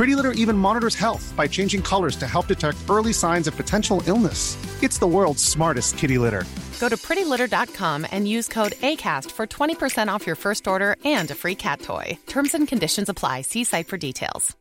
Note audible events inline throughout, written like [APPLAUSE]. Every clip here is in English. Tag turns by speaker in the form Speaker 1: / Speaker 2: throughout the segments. Speaker 1: Pretty Litter even monitors health by changing colors to help detect early signs of potential illness. It's the world's smartest kitty litter.
Speaker 2: Go to prettylitter.com and use code ACAST for 20% off your first order and a free cat toy. Terms and conditions apply. See site for details.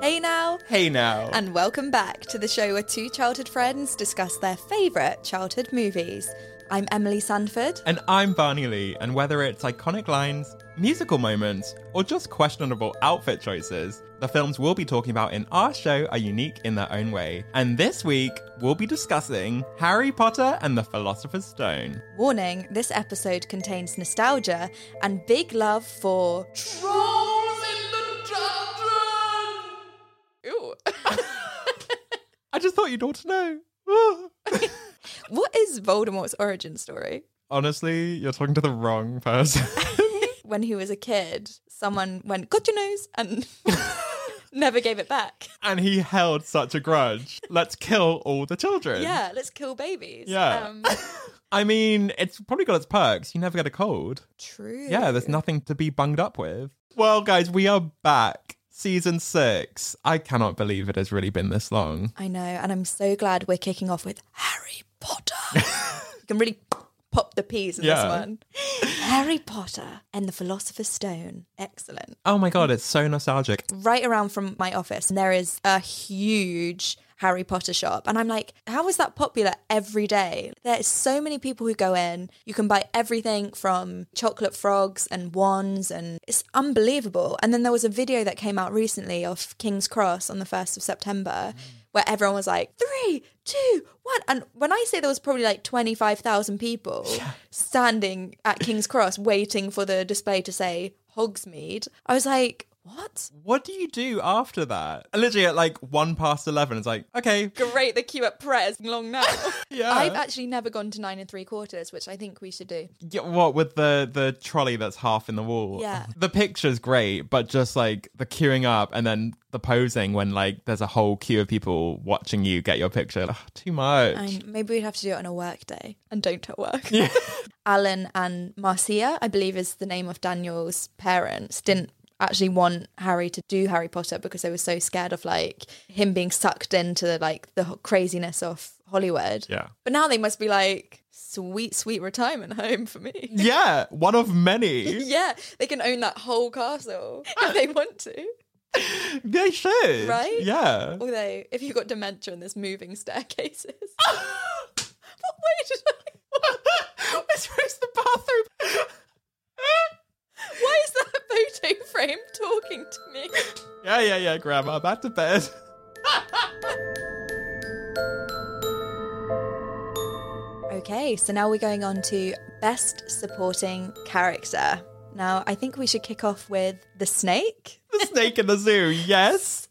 Speaker 3: Hey now,
Speaker 4: Hey now.
Speaker 3: and welcome back to the show where two childhood friends discuss their favourite childhood movies. I'm Emily Sanford.
Speaker 4: and I'm Barney Lee, and whether it's iconic lines, musical moments, or just questionable outfit choices, the films we'll be talking about in our show are unique in their own way. And this week, we'll be discussing Harry Potter and the Philosopher's Stone.
Speaker 3: Warning this episode contains nostalgia and big love for.
Speaker 4: I just thought you'd ought to know.
Speaker 3: [LAUGHS]
Speaker 4: [LAUGHS]
Speaker 3: What is Voldemort's origin story?
Speaker 4: Honestly, you're talking to the wrong person. [LAUGHS]
Speaker 3: When he was a kid, someone went, Got your nose, and [LAUGHS] never gave it back.
Speaker 4: and he held such a grudge. Let's kill all the children.
Speaker 3: Yeah, let's kill babies.
Speaker 4: Yeah.
Speaker 3: Um,
Speaker 4: [LAUGHS] I mean, it's probably got its perks. You never get a cold.
Speaker 3: true.
Speaker 4: Yeah, there's nothing to be bunged up with. Well, guys, we are back. Season six. I cannot believe it has really been this long.
Speaker 3: I know, and I'm so glad we're kicking off with Harry Potter. you can really pop the peas in
Speaker 4: Yeah.
Speaker 3: this one. Harry Potter and the Philosopher's Stone. Excellent.
Speaker 4: Oh my god, it's so nostalgic.
Speaker 3: Right around from my office, there is a huge Harry Potter shop. And I'm like, how is that popular every day? There's so many people who go in. You can buy everything from chocolate frogs and wands, and it's unbelievable. And then there was a video that came out recently of King's Cross on the 1st of September where everyone was like three, two, one, and when I say there was probably like twenty five thousand people standing at King's Cross waiting for the display to say Hogsmeade, I was like, what?
Speaker 4: What do you do after that? Literally at like one past eleven, it's like, okay,
Speaker 3: Great, the queue at prayers long [LAUGHS] now.
Speaker 4: Yeah.
Speaker 3: I've uh, actually never gone to nine and three quarters, which I think we should do.
Speaker 4: yeah, what with the the trolley that's half in the wall?
Speaker 3: Yeah.
Speaker 4: the picture's great, but just like the queuing up and then the posing when like there's a whole queue of people watching you get your picture. Ugh, too much.
Speaker 3: And maybe we'd have to do it on a work day and don't at work. [LAUGHS] Alan and Marcia, I believe is the name of Daniel's parents, didn't actually want Harry to do Harry Potter because they were so scared of like him being sucked into like the ho- craziness of Hollywood.
Speaker 4: Yeah.
Speaker 3: But now they must be like sweet sweet retirement home for me.
Speaker 4: Yeah, one of many.
Speaker 3: [LAUGHS] yeah, they can own that whole castle if they want to.
Speaker 4: They should.
Speaker 3: Right?
Speaker 4: Yeah.
Speaker 3: Although, if you've got dementia and there's moving staircases, what way [LAUGHS] did
Speaker 4: [LAUGHS]
Speaker 3: I?
Speaker 4: Where's the bathroom? [LAUGHS]
Speaker 3: Why is that photo frame talking to me?
Speaker 4: yeah, yeah, yeah, Grandma, back to bed. [LAUGHS]
Speaker 3: Okay, so now we're going on to best supporting character. Now, I think we should kick off with the snake.
Speaker 4: The snake in the zoo, yes.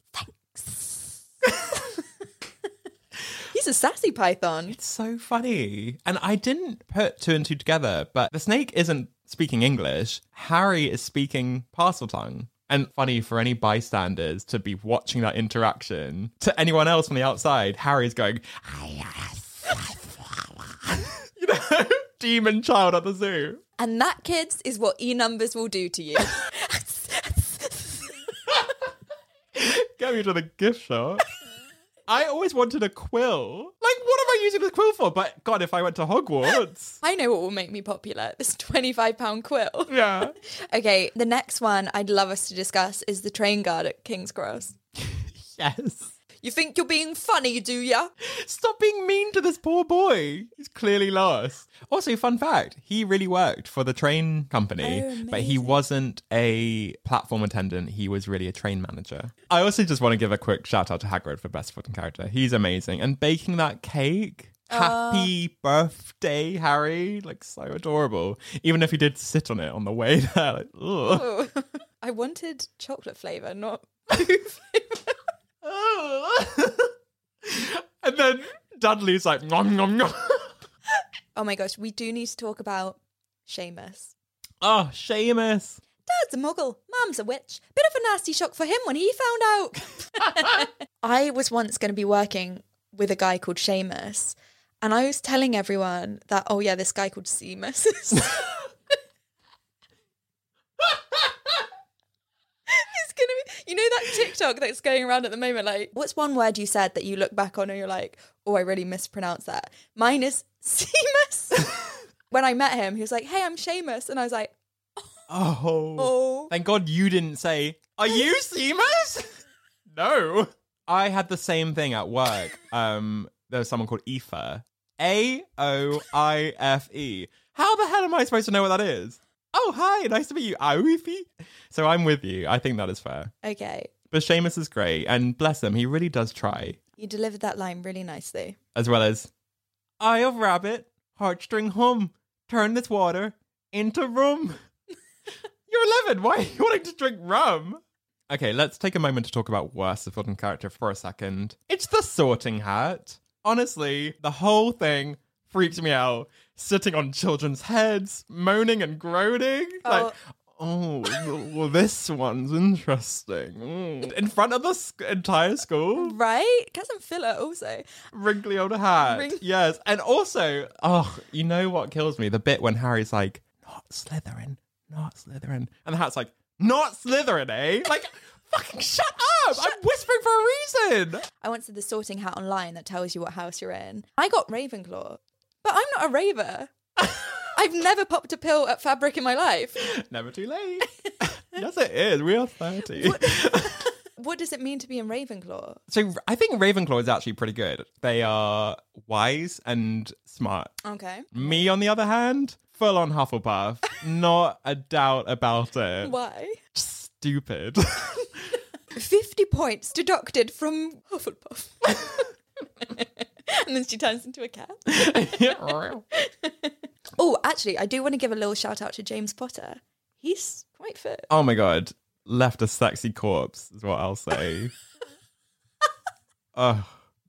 Speaker 3: He's a sassy python.
Speaker 4: It's so funny. And I didn't put two and two together, but the snake isn't speaking English. Harry is speaking Parseltongue. And funny for any bystanders to be watching that interaction. To anyone else from the outside, Harry's going, [LAUGHS] you know, [LAUGHS] demon child at the zoo.
Speaker 3: And that, kids, is what e numbers will do to you.
Speaker 4: Get me to the gift shop. I always wanted a quill. Like, what am I using the quill for? But God, if I went to
Speaker 3: [LAUGHS]
Speaker 4: Hogwarts.
Speaker 3: I know what will make me popular this £25 quill.
Speaker 4: Yeah.
Speaker 3: Okay, the next one I'd love us to discuss is the train guard at King's Cross.
Speaker 4: Yes.
Speaker 3: You think you're being funny, do ya? [LAUGHS]
Speaker 4: Stop being mean to this poor boy. He's clearly lost. Also, fun fact he really worked for the train company,
Speaker 3: Oh,
Speaker 4: but he wasn't a platform attendant. He was really a train manager. I also just want to give a quick shout out to Hagrid for best supporting character. He's amazing. And baking that cake. Happy birthday, Harry. Like, so adorable. Even if he did sit on it on the way [LAUGHS] there. Like, ugh.
Speaker 3: [LAUGHS] Oh, I wanted chocolate flavour, not [LAUGHS] poo flavour.
Speaker 4: and then Dudley's like, nom, nom, nom. [LAUGHS]
Speaker 3: Oh my gosh, we do need to talk about Seamus.
Speaker 4: Oh, Seamus.
Speaker 3: Dad's a muggle, mum's a witch. Bit of a nasty shock for him when he found out. I was once going to be working with a guy called Seamus, and I was telling everyone that, oh yeah, this guy called Seamus. is- He's gonna be, you know that TikTok that's going around at the moment. Like, what's one word you said that you look back on and you're like, oh, I really mispronounced that. Mine is Seamus. when I met him, he was like, hey, I'm Seamus, and I was like,
Speaker 4: Oh.
Speaker 3: Oh.
Speaker 4: Thank God you didn't say, Are [LAUGHS] you Seamus? [LAUGHS] no. I had the same thing at work. [LAUGHS] Um, there was someone called Aoife. A O I F E. How the hell am I supposed to know what that is? Oh, hi. Nice to meet you. Aoife. So I'm with you. I think that is fair.
Speaker 3: okay,
Speaker 4: But Seamus is great. And bless him, he really does try.
Speaker 3: You delivered that line really nicely.
Speaker 4: As well as, Eye of rabbit, heartstring hum, turn this water into rum. [LAUGHS] You're 11. Why are you wanting to drink rum? Okay, let's take a moment to talk about worst supporting character for a second. It's the sorting hat. Honestly, the whole thing freaked me out. Sitting on children's heads, moaning and groaning. Like, oh, well, well, this one's interesting. Mm. In front of the sc- entire school?
Speaker 3: Right? Cousin Phila also.
Speaker 4: Wrinkly old hat.
Speaker 3: Wrink-
Speaker 4: yes. And also, oh, you know what kills me? The bit when Harry's like, not Slytherin, not Slytherin. And the hat's like, not Slytherin, eh? Like, fucking shut up. I'm whispering for a reason.
Speaker 3: I once did the sorting hat online that tells you what house you're in. I got Ravenclaw, but I'm not a raver. [LAUGHS] I've never popped a pill at fabric in my life.
Speaker 4: Never too late. [LAUGHS] yes, it is. We are 30.
Speaker 3: What does it mean to be in Ravenclaw?
Speaker 4: So I think Ravenclaw is actually pretty good. They are wise and smart.
Speaker 3: Okay.
Speaker 4: Me, on the other hand, full on Hufflepuff. not a doubt about it.
Speaker 3: Why?
Speaker 4: Stupid. [LAUGHS]
Speaker 3: 50 points deducted from Hufflepuff. [LAUGHS] and then she turns into a cat. [LAUGHS] Oh, actually, I do want to give a little shout out to James Potter. He's quite fit.
Speaker 4: Oh my god, left a sexy corpse is what I'll say. Oh,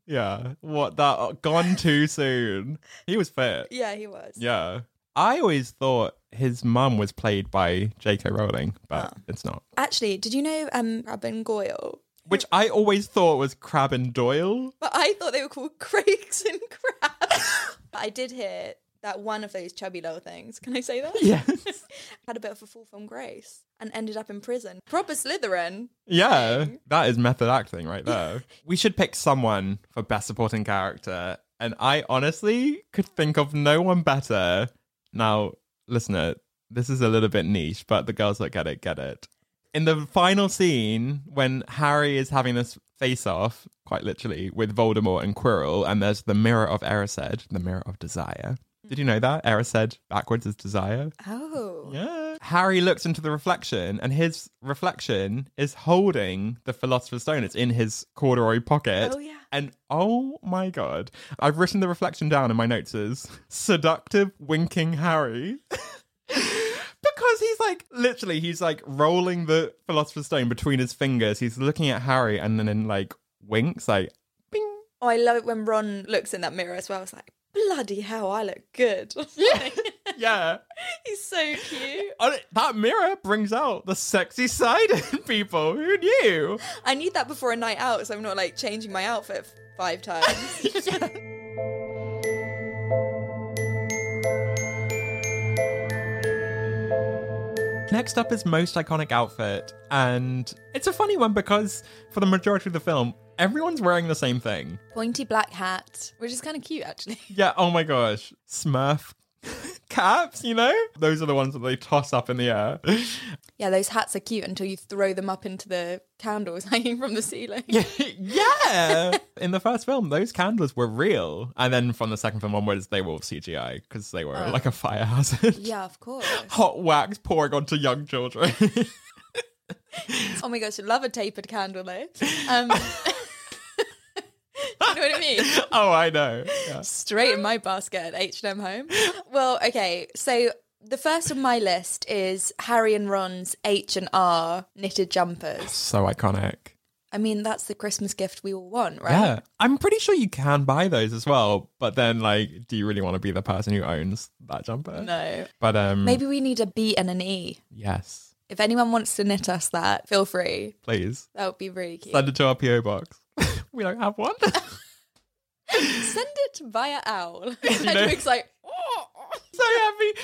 Speaker 4: yeah. What that oh, gone too soon. He was fit.
Speaker 3: Yeah, he was.
Speaker 4: Yeah. I always thought his mum was played by J.K. Rowling, but it's not.
Speaker 3: Actually, did you know um, Robin Goyle?
Speaker 4: Which I always thought was Crab and Doyle.
Speaker 3: But I thought they were called Craigs and [LAUGHS] Crabs. but I did hear that one of those chubby little things, can I say that?
Speaker 4: [LAUGHS] Yes.
Speaker 3: [LAUGHS] Had a bit of a fall from grace and ended up in prison. Proper Slytherin.
Speaker 4: Yeah, that is method acting right there. we should pick someone for best supporting character, and I honestly could think of no one better. Now, listener, this is a little bit niche, but the girls that get it get it. In the final scene, when Harry is having this face off, quite literally, with Voldemort and Quirrell, and there's the mirror of Erised, the mirror of desire. Did you know that? Erised backwards is desire.
Speaker 3: Oh.
Speaker 4: Yeah. Harry looks into the reflection, and his reflection is holding the Philosopher's Stone. It's in his corduroy pocket.
Speaker 3: Oh, yeah.
Speaker 4: And oh my god, I've written the reflection down in my notes as seductive winking Harry. [LAUGHS] Because he's like, literally, he's like rolling the Philosopher's Stone between his fingers. He's looking at Harry and then, like,
Speaker 3: [LAUGHS]
Speaker 4: winks, like, bing.
Speaker 3: Oh, I love it when Ron looks in that mirror as well. It's like, bloody hell, I look good. [LAUGHS]
Speaker 4: Yeah.
Speaker 3: He's so cute.
Speaker 4: Oh, that mirror brings out the sexy side [LAUGHS] in people. Who knew?
Speaker 3: [LAUGHS] I need that before a night out so I'm not like changing my outfit five [LAUGHS] times.
Speaker 4: Next up is most iconic outfit, and it's a funny one because for the majority of the film, everyone's wearing the same thing.
Speaker 3: Pointy black hat, which is kind of cute actually.
Speaker 4: Yeah, oh my gosh, Smurf [LAUGHS] caps, you know? Those are the ones that they toss up in the air. [LAUGHS]
Speaker 3: Yeah, those hats are cute until you throw them up into the candles [LAUGHS] hanging from the ceiling.
Speaker 4: yeah. In the first film, those candles were real. And then from the second film onwards, they were all CGI because they were like a fire hazard.
Speaker 3: Yeah, of course.
Speaker 4: Hot wax pouring onto young children. [LAUGHS]
Speaker 3: Oh my gosh, I love a tapered candle though. Um, [LAUGHS] do you know what I mean?
Speaker 4: oh, I know. Yeah.
Speaker 3: Straight in my basket at H&M Home. Well, okay, so the first on my list is Harry and Ron's H&R knitted jumpers.
Speaker 4: So iconic.
Speaker 3: I mean, that's the Christmas gift we all want, right?
Speaker 4: Yeah. I'm pretty sure you can buy those as well. But then, like, do you really want to be the person who owns that jumper?
Speaker 3: No.
Speaker 4: But, um,
Speaker 3: Maybe we need a B and an E.
Speaker 4: yes,
Speaker 3: If anyone wants to knit us that, feel free.
Speaker 4: please
Speaker 3: That would be really cute.
Speaker 4: send it to our PO box. [LAUGHS] we don't have one. [LAUGHS]
Speaker 3: Send it via [LAUGHS] owl.
Speaker 4: know-
Speaker 3: Hedwig's like, "Oh."
Speaker 4: [LAUGHS] so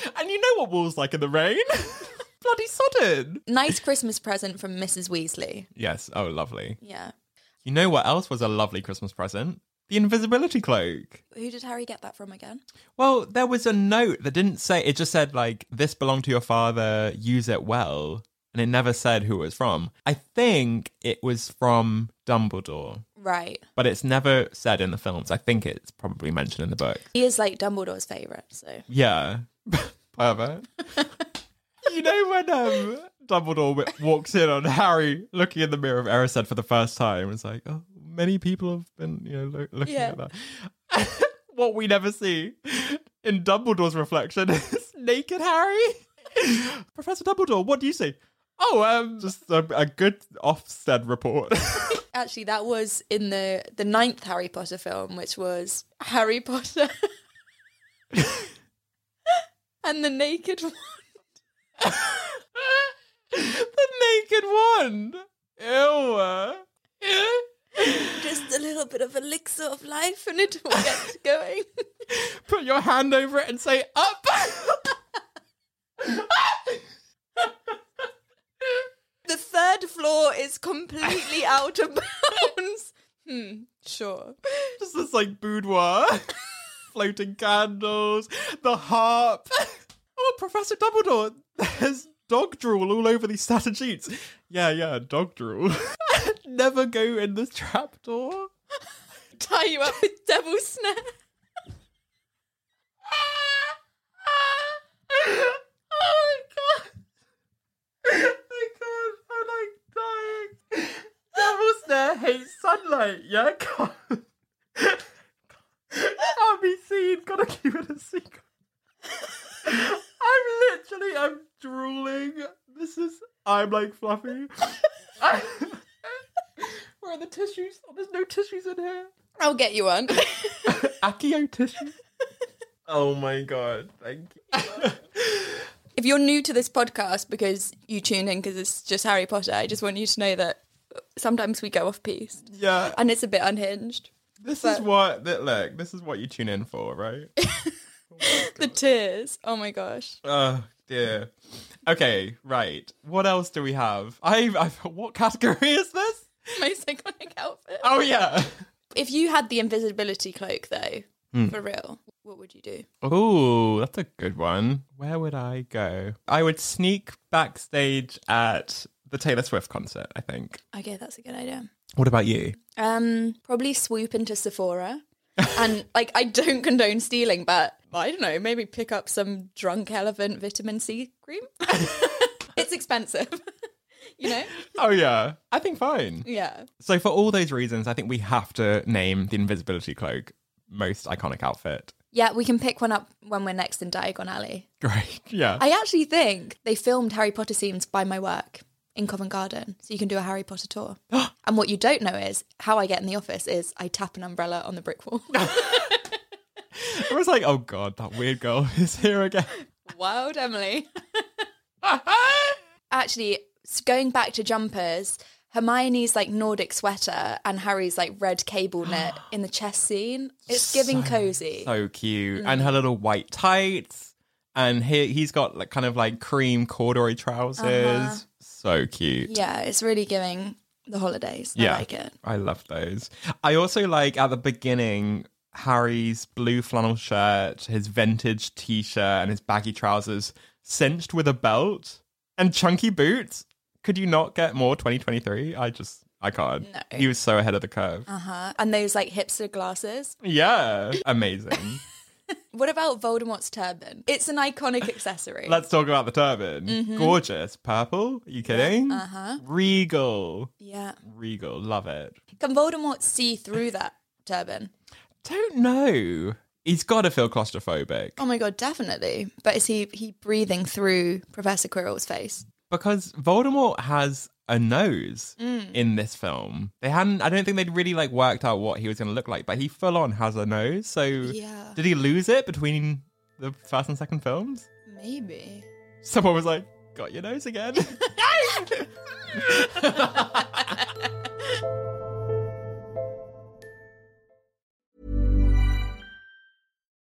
Speaker 4: happy. And you know what wool's like in the rain? [LAUGHS] Bloody sodden.
Speaker 3: nice Christmas present from Mrs. Weasley.
Speaker 4: Yes. Oh, lovely.
Speaker 3: Yeah.
Speaker 4: You know what else was a lovely Christmas present? The invisibility cloak.
Speaker 3: Who did Harry get that from again?
Speaker 4: Well, there was a note that didn't say, it just said, like, this belonged to your father, use it well. And it never said who it was from. I think it was from Dumbledore,
Speaker 3: Right.
Speaker 4: but it's never said in the films. I think it's probably mentioned in the book.
Speaker 3: He is like Dumbledore's favourite, so.
Speaker 4: Yeah. [LAUGHS] Pervert. you know when um, Dumbledore w- walks in on Harry looking in the mirror of Erised for the first time? It's like, oh, many people have been, you know, lo- looking
Speaker 3: Yeah.
Speaker 4: at that. [LAUGHS] what we never see in Dumbledore's reflection is naked Harry. [LAUGHS] Professor Dumbledore, what do you see? Oh, um, just a, a good Ofsted report. [LAUGHS]
Speaker 3: Actually, that was in the, the ninth Harry Potter film, which was Harry Potter [LAUGHS] and the Naked One.
Speaker 4: the naked one. Ew.
Speaker 3: Just a little bit of elixir of life and it all [LAUGHS] gets going.
Speaker 4: put your hand over it and say up. [LAUGHS]
Speaker 3: the third floor is completely out of bounds. Hmm, sure.
Speaker 4: Just this like boudoir, [LAUGHS] floating candles, the harp. [LAUGHS] Oh, Professor Dumbledore, there's dog drool all over these satin sheets. Yeah, yeah, dog drool. [LAUGHS] Never go in this trapdoor.
Speaker 3: Tie you up with devil's snare.
Speaker 4: oh my god! Oh my god! I'm like dying. Devil's Snare hates sunlight. Yeah, can't. can't be seen. Gotta keep it a secret. I'm literally, I'm drooling. This is, I'm like fluffy. Where are the tissues? Oh, there's no tissues in here.
Speaker 3: I'll get you one. [LAUGHS]
Speaker 4: Akio tissue. oh my god! Thank you.
Speaker 3: if you're new to this podcast because you tuned in because it's just Harry Potter, I just want you to know that sometimes we go off piece
Speaker 4: yeah,
Speaker 3: and it's a bit unhinged.
Speaker 4: this is
Speaker 3: but-
Speaker 4: what that look. This is what you tune in for,
Speaker 3: [LAUGHS]
Speaker 4: right?
Speaker 3: The tears. Oh my gosh. [LAUGHS]
Speaker 4: oh dear. Okay, right. What else do we have? I, I what category is this?
Speaker 3: Most iconic outfit.
Speaker 4: Oh yeah.
Speaker 3: If you had the invisibility cloak though, for real, what would you do?
Speaker 4: Oh, that's a good one. Where would I go? I would sneak backstage at the Taylor Swift concert. I think.
Speaker 3: Okay, that's a good idea.
Speaker 4: What about you?
Speaker 3: Um, probably swoop into Sephora. and [LAUGHS] like I don't condone stealing, but I don't know, maybe pick up some drunk elephant vitamin C [LAUGHS] cream. it's expensive. [LAUGHS] you know?
Speaker 4: Oh yeah, I think fine.
Speaker 3: Yeah.
Speaker 4: So for all those reasons, I think we have to name the invisibility cloak most iconic outfit.
Speaker 3: Yeah, we can pick one up when we're next in Diagon Alley.
Speaker 4: Great. [LAUGHS] Yeah.
Speaker 3: I actually think they filmed Harry Potter scenes by my work in Covent Garden, so you can do a Harry Potter [GASPS] tour. and what you don't know is how I get in the office is I tap an umbrella on the brick wall.
Speaker 4: I was like, oh god, that weird girl [LAUGHS] is here again.
Speaker 3: Wild Emily. Actually, s- going back to jumpers, Hermione's like Nordic sweater and Harry's like red cable knit in the chess scene. It's giving cozy.
Speaker 4: so cute. And
Speaker 3: Mm.
Speaker 4: her little white tights. And he he's got like kind of like cream corduroy trousers. So cute.
Speaker 3: Uh-huh. yeah, it's really giving the holidays. I like it.
Speaker 4: I love those. I also like at the beginning Harry's blue flannel shirt, his vintage t shirt, and his baggy trousers cinched with a belt and chunky boots. Could you not get more 2023? I just, I can't.
Speaker 3: No.
Speaker 4: He was so ahead of the curve.
Speaker 3: Uh-huh. And those like hipster glasses.
Speaker 4: Yeah, amazing.
Speaker 3: What about Voldemort's turban? It's an iconic accessory.
Speaker 4: Let's talk about the turban.
Speaker 3: Mm-hmm.
Speaker 4: Gorgeous. Purple? Are you kidding? Uh
Speaker 3: uh-huh.
Speaker 4: huh. Regal.
Speaker 3: yeah.
Speaker 4: Regal. Love it.
Speaker 3: Can Voldemort see through that turban?
Speaker 4: Don't know. He's got to feel claustrophobic
Speaker 3: Oh my god, definitely. But is he he breathing through Professor Quirrell's face?
Speaker 4: because Voldemort has a nose
Speaker 3: Mm.
Speaker 4: in this film. They hadn't. I don't think they'd really like worked out what he was going to look like, but he full on has a nose. So
Speaker 3: Yeah.
Speaker 4: did he lose it between the first and second films?
Speaker 3: Maybe.
Speaker 4: Someone was like, "Got your nose again." [LAUGHS]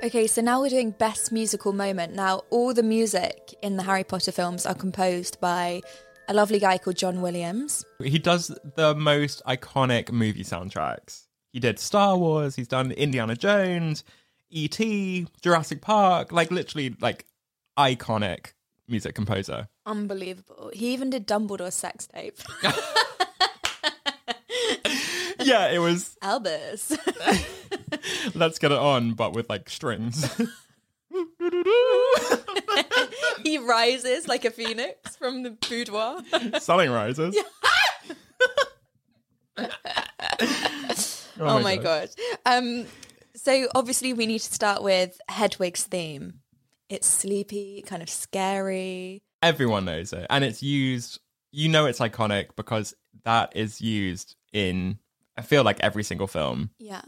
Speaker 3: Okay, so now we're doing best musical moment. Now, all the music in the Harry Potter films are composed by a lovely guy called John Williams.
Speaker 4: He does the most iconic movie soundtracks. He did Star Wars, he's done Indiana Jones, E.T., Jurassic Park, like literally like iconic music composer.
Speaker 3: Unbelievable. He even did Dumbledore's sex [LAUGHS] tape.
Speaker 4: Yeah, it was
Speaker 3: Albus. [LAUGHS]
Speaker 4: let's get it on, but with like strings. [LAUGHS]
Speaker 3: he rises like a phoenix from the boudoir.
Speaker 4: Selling rises.
Speaker 3: [LAUGHS]
Speaker 4: [LAUGHS]
Speaker 3: Oh, my god. Um so obviously we need to start with Hedwig's theme. It's sleepy, kind of scary.
Speaker 4: Everyone knows it. And it's used, you know, it's iconic because that is used in, I feel like, every single film.
Speaker 3: Yeah.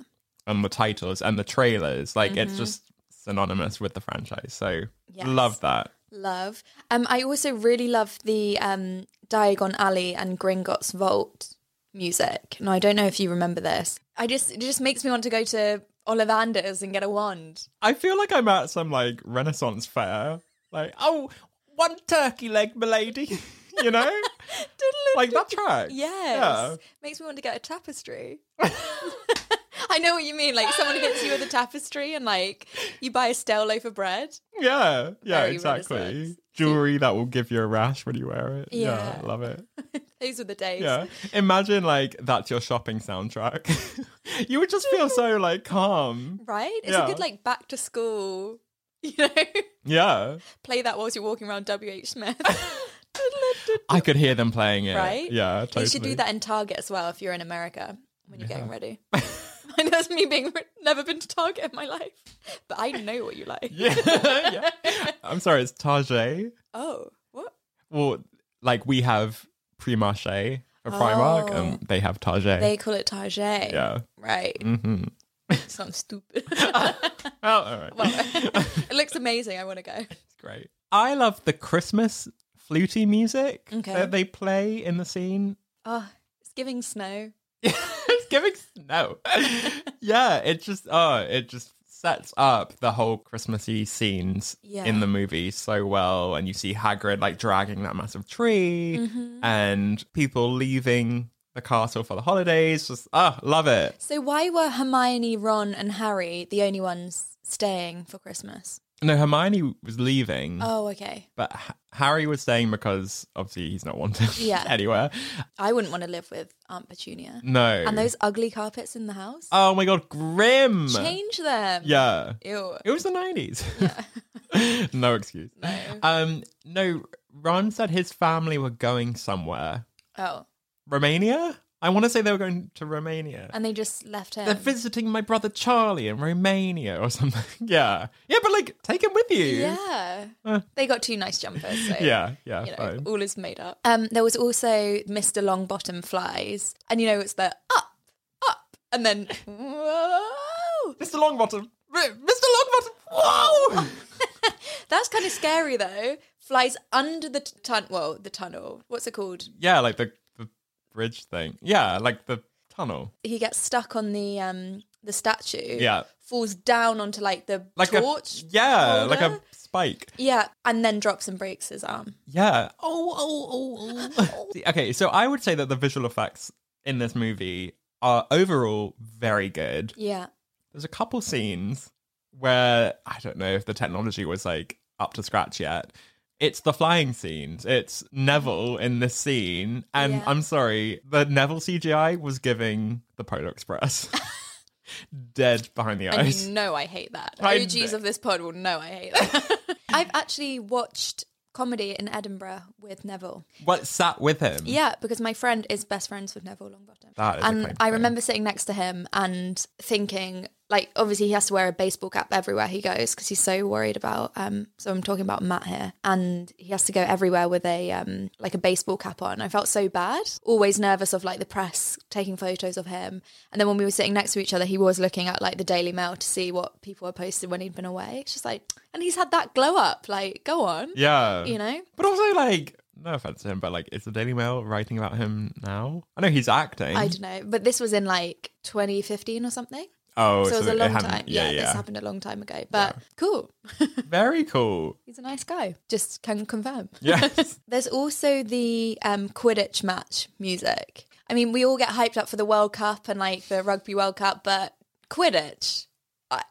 Speaker 4: and the titles and the trailers. Like it's just synonymous with the franchise. So
Speaker 3: Mm-hmm. Yes.
Speaker 4: love that.
Speaker 3: Love. Um I also really love the um Diagon Alley and Gringotts Vault music. Now I don't know if you remember this. I just it just makes me want to go to Ollivander's and get a wand.
Speaker 4: I feel like I'm at some like Renaissance fair. Like, oh, one turkey leg, milady. [LAUGHS] you know?
Speaker 3: [LAUGHS]
Speaker 4: like that track.
Speaker 3: Yes. Makes me want to get a tapestry. [LAUGHS] I know what you mean. Like someone hits you with a tapestry and like you buy a stale loaf of bread.
Speaker 4: Yeah. Yeah. Yeah,
Speaker 3: Very
Speaker 4: exactly.
Speaker 3: Renaissance.
Speaker 4: Jewelry that will give you a rash when you wear it. Yeah.
Speaker 3: Yeah. [LAUGHS]
Speaker 4: love it.
Speaker 3: Those were the days.
Speaker 4: Yeah. Imagine like that's your shopping soundtrack. [LAUGHS] you would just feel so like calm.
Speaker 3: Right? It's
Speaker 4: Yeah.
Speaker 3: a good like back to school, [LAUGHS] you know?
Speaker 4: Yeah. [LAUGHS]
Speaker 3: Play that whilst you're walking around WH Smith. should
Speaker 4: I could hear them playing it.
Speaker 3: right?
Speaker 4: Yeah, totally.
Speaker 3: You should do that in Target as well if you're in America when you're getting ready. [LAUGHS] I know that's me being never been to Target in my life, but I know what you like.
Speaker 4: Yeah, [LAUGHS] yeah. I'm sorry, it's Target.
Speaker 3: Oh, what?
Speaker 4: Well, like we have Primarché for Primark, and they have Target.
Speaker 3: Oh. They call it Target.
Speaker 4: Yeah.
Speaker 3: Right.
Speaker 4: Mm-hmm.
Speaker 3: [LAUGHS] Sounds stupid.
Speaker 4: Oh, all right. [LAUGHS]
Speaker 3: well, [LAUGHS] it looks amazing. I want to go.
Speaker 4: Great. I love the Christmas fluty music
Speaker 3: Okay.
Speaker 4: that they play in the scene.
Speaker 3: Oh, it's giving snow.
Speaker 4: it's [LAUGHS] giving snow. yeah, it just oh, it just sets up the whole Christmassy scenes
Speaker 3: Yeah.
Speaker 4: in the movie so well, and you see Hagrid like dragging that massive tree,
Speaker 3: Mm-hmm.
Speaker 4: and people leaving the castle for the holidays. Just oh, love it.
Speaker 3: So why were Hermione, Ron, and Harry the only ones staying for Christmas?
Speaker 4: No, Hermione was leaving.
Speaker 3: Oh, okay.
Speaker 4: But Ha- Harry was staying because obviously he's not wanted
Speaker 3: Yeah.
Speaker 4: [LAUGHS] anywhere.
Speaker 3: I wouldn't want to live with Aunt Petunia.
Speaker 4: No.
Speaker 3: And those ugly carpets in the house.
Speaker 4: Oh my god, grim.
Speaker 3: Change them.
Speaker 4: Yeah.
Speaker 3: Ew.
Speaker 4: It was the nineties. [LAUGHS] no excuse. No. Um, no. Ron said his family were going somewhere.
Speaker 3: Oh,
Speaker 4: Romania. I want to say they were going to Romania.
Speaker 3: and they just left him.
Speaker 4: They're visiting my brother Charlie in Romania or something. [LAUGHS] Yeah. Yeah, but like, take him with you.
Speaker 3: yeah. They got two nice jumpers. So.
Speaker 4: Yeah. Yeah.
Speaker 3: You know,
Speaker 4: fine.
Speaker 3: all is made up. Um, there was also Mr. Longbottom flies, and you know it's the up, up, and then whoa.
Speaker 4: Mr. Longbottom. R- Mr. Longbottom. Whoa. [LAUGHS]
Speaker 3: That's kind of scary though. Flies under the t- tun Well, the tunnel. What's it called?
Speaker 4: yeah, like the the bridge thing. Yeah, like the tunnel.
Speaker 3: He gets stuck on the um the statue.
Speaker 4: Yeah.
Speaker 3: Falls down onto like the
Speaker 4: Like
Speaker 3: torch.
Speaker 4: a yeah, like a
Speaker 3: holder.
Speaker 4: spike.
Speaker 3: yeah, and then drops and breaks his arm.
Speaker 4: Yeah. Oh, [LAUGHS] oh, oh, oh. okay, so I would say that the visual effects in this movie are overall very good.
Speaker 3: Yeah.
Speaker 4: There's a couple scenes where I don't know if the technology was like up to scratch yet. It's the flying scenes. It's Neville in this scene. And
Speaker 3: Yeah.
Speaker 4: I'm sorry, the Neville CGI was giving the Polar [LAUGHS] Express dead behind the
Speaker 3: And
Speaker 4: eyes.
Speaker 3: you know I hate that.
Speaker 4: I
Speaker 3: OGs
Speaker 4: know.
Speaker 3: of this pod will know I hate
Speaker 4: [LAUGHS]
Speaker 3: that. I've actually watched comedy in Edinburgh with Neville.
Speaker 4: What sat with him?
Speaker 3: Yeah, because my friend is best friends with Neville Longbottom.
Speaker 4: That is a
Speaker 3: and
Speaker 4: claim to
Speaker 3: I
Speaker 4: fame.
Speaker 3: remember sitting next to him and thinking, like, obviously he has to wear a baseball cap everywhere he goes because he's so worried about. Um, so I'm talking about Matt here, and he has to go everywhere with a um, like a baseball cap on. I felt so bad, always nervous of like the press taking photos of him. And then when we were sitting next to each other, he was looking at like the Daily Mail to see what people had posted when he'd been away. It's just like, and he's had that glow up. Like, go on,
Speaker 4: Yeah.
Speaker 3: you know.
Speaker 4: But also, like, no offense to him, but like, is the Daily Mail writing about him now? I know he's acting.
Speaker 3: I don't know, but this was in like 2015 or something.
Speaker 4: oh,
Speaker 3: so it was a long
Speaker 4: hadn't-
Speaker 3: time. Yeah, this happened a long time ago. But cool. [LAUGHS]
Speaker 4: Very cool.
Speaker 3: He's a nice guy. Just can confirm.
Speaker 4: Yes.
Speaker 3: [LAUGHS] There's also the um, Quidditch match music. I mean, we all get hyped up for the World Cup and like the Rugby World Cup, but Quidditch, I,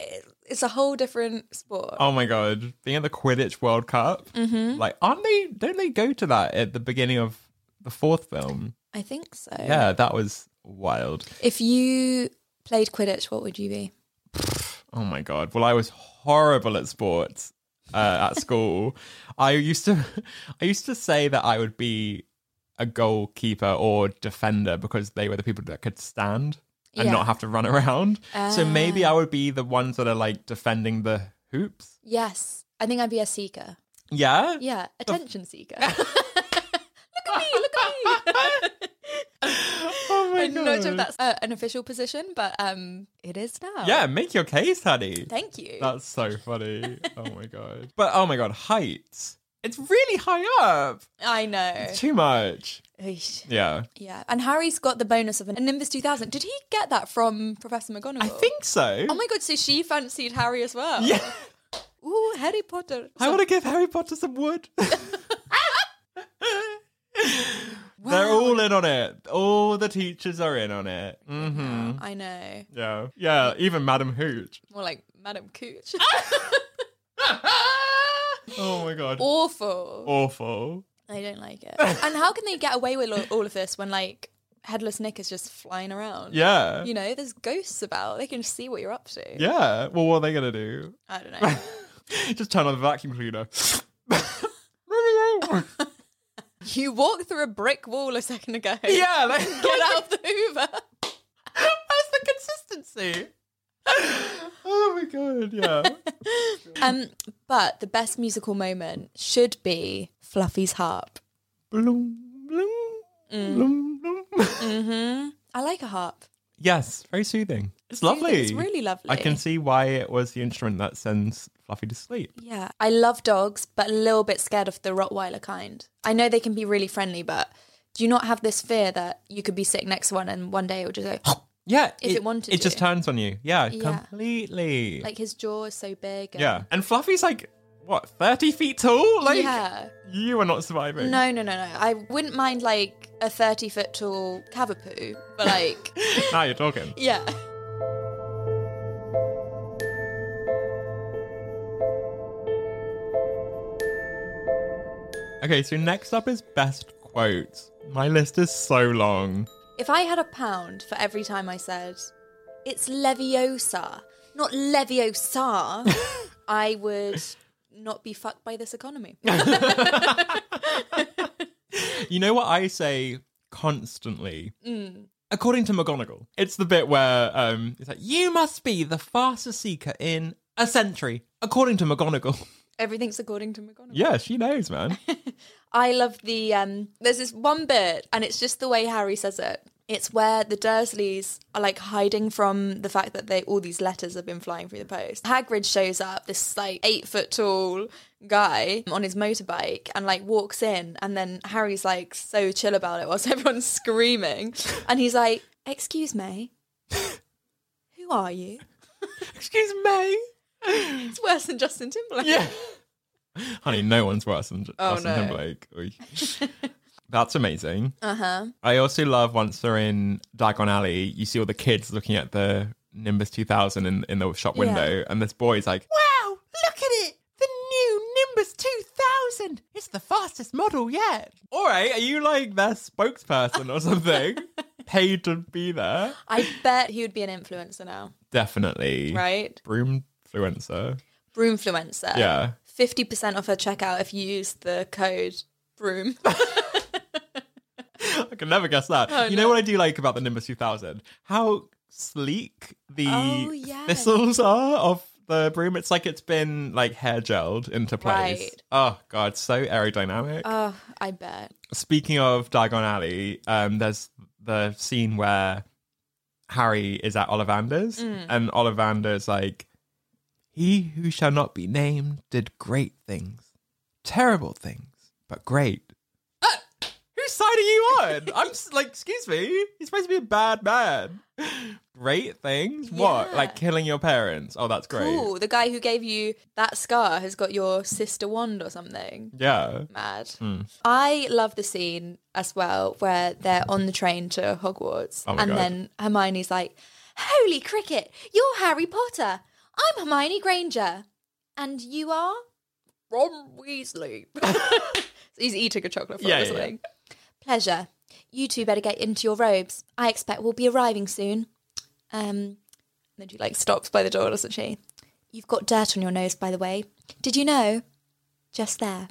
Speaker 3: it's a whole different sport.
Speaker 4: oh my god, being at the Quidditch World Cup.
Speaker 3: Mm-hmm.
Speaker 4: Like, aren't they? Don't they go to that at the beginning of the fourth film?
Speaker 3: I think so.
Speaker 4: Yeah, that was wild.
Speaker 3: If you played Quidditch, what would you be?
Speaker 4: Oh my god. Well, I was horrible at sports uh,
Speaker 3: [LAUGHS]
Speaker 4: at school. I used to, [LAUGHS] I used to say that I would be a goalkeeper or defender because they were the people that could stand and
Speaker 3: Yeah. Ah.
Speaker 4: not have to run around. So maybe I would be the ones that are like defending the hoops.
Speaker 3: Yes. I think I'd be a seeker.
Speaker 4: Yeah.
Speaker 3: Yeah, attention
Speaker 4: [LAUGHS]
Speaker 3: seeker. look at me, look at me.
Speaker 4: Oh my
Speaker 3: I'm not sure if that's uh, an official position, but um, it is now.
Speaker 4: Yeah, make your case, honey.
Speaker 3: Thank you.
Speaker 4: That's so funny. oh my god. But oh my god, height. It's really high up.
Speaker 3: I know. [LAUGHS]
Speaker 4: It's too much.
Speaker 3: Eesh.
Speaker 4: Yeah.
Speaker 3: Yeah, and Harry's got the bonus of an Nimbus 2000. Did he get that from Professor McGonagall?
Speaker 4: I think so.
Speaker 3: Oh my god, so she fancied Harry as well.
Speaker 4: yeah.
Speaker 3: Ooh, Harry Potter.
Speaker 4: I want to give Harry Potter some wood.
Speaker 3: [LAUGHS]
Speaker 4: They're all in on it. All the teachers are in on it. hmm
Speaker 3: I know.
Speaker 4: Yeah. Yeah. Even Madam
Speaker 3: [LAUGHS]
Speaker 4: Hooch.
Speaker 3: More like Madame Cooch.
Speaker 4: Ah! Oh my god.
Speaker 3: [LAUGHS]
Speaker 4: Oh.
Speaker 3: Awful.
Speaker 4: Awful.
Speaker 3: I don't like it. And how can they get away with all- all of this when like Headless Nick is just flying around?
Speaker 4: Yeah.
Speaker 3: You know, there's ghosts about. They can see what you're up to.
Speaker 4: Yeah. Well, what are they gonna do? [LAUGHS]
Speaker 3: I don't know. [LAUGHS]
Speaker 4: Just turn on the vacuum cleaner.
Speaker 3: You walked through a brick wall a second ago.
Speaker 4: [LAUGHS] Yeah,
Speaker 3: [LAUGHS]
Speaker 4: like,
Speaker 3: Get out of the Hoover.
Speaker 4: that's the consistency. [LAUGHS] oh my
Speaker 3: [LAUGHS]
Speaker 4: god, yeah.
Speaker 3: Um, but the best musical moment should be Fluffy's harp.
Speaker 4: bloom, bloom,
Speaker 3: Mm.
Speaker 4: bloom, bloom.
Speaker 3: I like a harp.
Speaker 4: Yes, very soothing. It's lovely.
Speaker 3: It's really lovely.
Speaker 4: I can see why it was the instrument that sends Fluffy to sleep. [GASPS]
Speaker 3: Yeah, I love dogs, but a little bit scared of the Rottweiler kind. I know they can be really friendly, but do you not have this fear that you could be sitting next to one and one day it will just go? [LAUGHS]
Speaker 4: Yeah,
Speaker 3: If it wanted
Speaker 4: it just
Speaker 3: to.
Speaker 4: turns on you. Yeah,
Speaker 3: Yeah.
Speaker 4: completely.
Speaker 3: like uh, his jaw is so big. and-
Speaker 4: yeah, and Fluffy's like what thirty feet tall. Like
Speaker 3: yeah.
Speaker 4: you are not surviving.
Speaker 3: No, no, no, no. I wouldn't mind like a thirty foot tall cavapoo, but like,
Speaker 4: now you're talking.
Speaker 3: yeah.
Speaker 4: Okay, so next up is best quotes. My list is so long.
Speaker 3: If I had a pound for every time I said it's leviosa, not leviosa, I would not be fucked by this economy.
Speaker 4: You know what I say constantly? According to McGonagall, it's the bit where um, it's like, you must be the fastest seeker in a century, according to McGonagall.
Speaker 3: Everything's according to McGonagall.
Speaker 4: yeah, she knows, man.
Speaker 3: I love the um there's this one bit and it's just the way Harry says it. It's where the Dursleys are like hiding from the fact that they all these letters have been flying through the post. Hagrid shows up, this like eight foot tall guy on his motorbike and like walks in and then Harry's like so chill about it whilst [LAUGHS] everyone's screaming. And he's like, Excuse me. Who are you?
Speaker 4: [LAUGHS] Excuse me.
Speaker 3: It's worse than Justin Timberlake.
Speaker 4: Yeah. [LAUGHS] Honey, no one's worse than J-
Speaker 3: Oh,
Speaker 4: Justin
Speaker 3: no.
Speaker 4: Timberlake.
Speaker 3: [LAUGHS]
Speaker 4: Oy. That's amazing. Uh huh.
Speaker 3: Uh-huh.
Speaker 4: I also love once they're in Diagon Alley, you see all the kids looking at the Nimbus 2000 in, in the shop
Speaker 3: Yeah.
Speaker 4: window, and this boy's like, Wow, look at it! The new Nimbus 2000! It's the fastest model yet! All right, are you like their spokesperson
Speaker 3: [LAUGHS]
Speaker 4: or something? Paid to be there?
Speaker 3: I bet he would be an influencer now,
Speaker 4: Definitely.
Speaker 3: right? Uh,
Speaker 4: Broom influencer.
Speaker 3: Broomfluencer.
Speaker 4: Yeah.
Speaker 3: fifty percent off her checkout if you use the code broom.
Speaker 4: I can never guess that.
Speaker 3: Oh,
Speaker 4: you know what I do like about the Nimbus 2000? How sleek the
Speaker 3: Oh, yeah.
Speaker 4: thistles are of the broom. It's like it's been like hair gelled into place.
Speaker 3: Right.
Speaker 4: Oh god, so aerodynamic.
Speaker 3: oh, I bet.
Speaker 4: Speaking of Diagon Alley, um, there's the scene where Harry is at Ollivander's,
Speaker 3: Mm.
Speaker 4: and Ollivander's like, "He who shall not be named did great things, terrible things, but great."
Speaker 3: Uh,
Speaker 4: Whose side are you
Speaker 3: [LAUGHS]
Speaker 4: on? I'm s- like, excuse me. He's supposed to be a bad man. Great things? What?
Speaker 3: Yeah.
Speaker 4: Like killing your parents? Oh, that's great.
Speaker 3: Cool. The guy who gave you that scar has got your sister wand or something.
Speaker 4: Yeah.
Speaker 3: Mad.
Speaker 4: Hmm.
Speaker 3: I love the scene as well where they're on the train to Hogwarts
Speaker 4: Oh my
Speaker 3: and
Speaker 4: God.
Speaker 3: then Hermione's like, Holy cricket, you're Harry Potter. I'm Hermione Granger. And you are Ron
Speaker 4: [LAUGHS]
Speaker 3: Weasley. so [LAUGHS] he's eating a chocolate frog
Speaker 4: Yeah,
Speaker 3: or
Speaker 4: yeah,
Speaker 3: something. Pleasure. You two better get into your robes. I expect we'll be arriving soon. Um, and then she like stops by the door, doesn't she? You've got dirt on your nose, by the way. Did you know? Just there.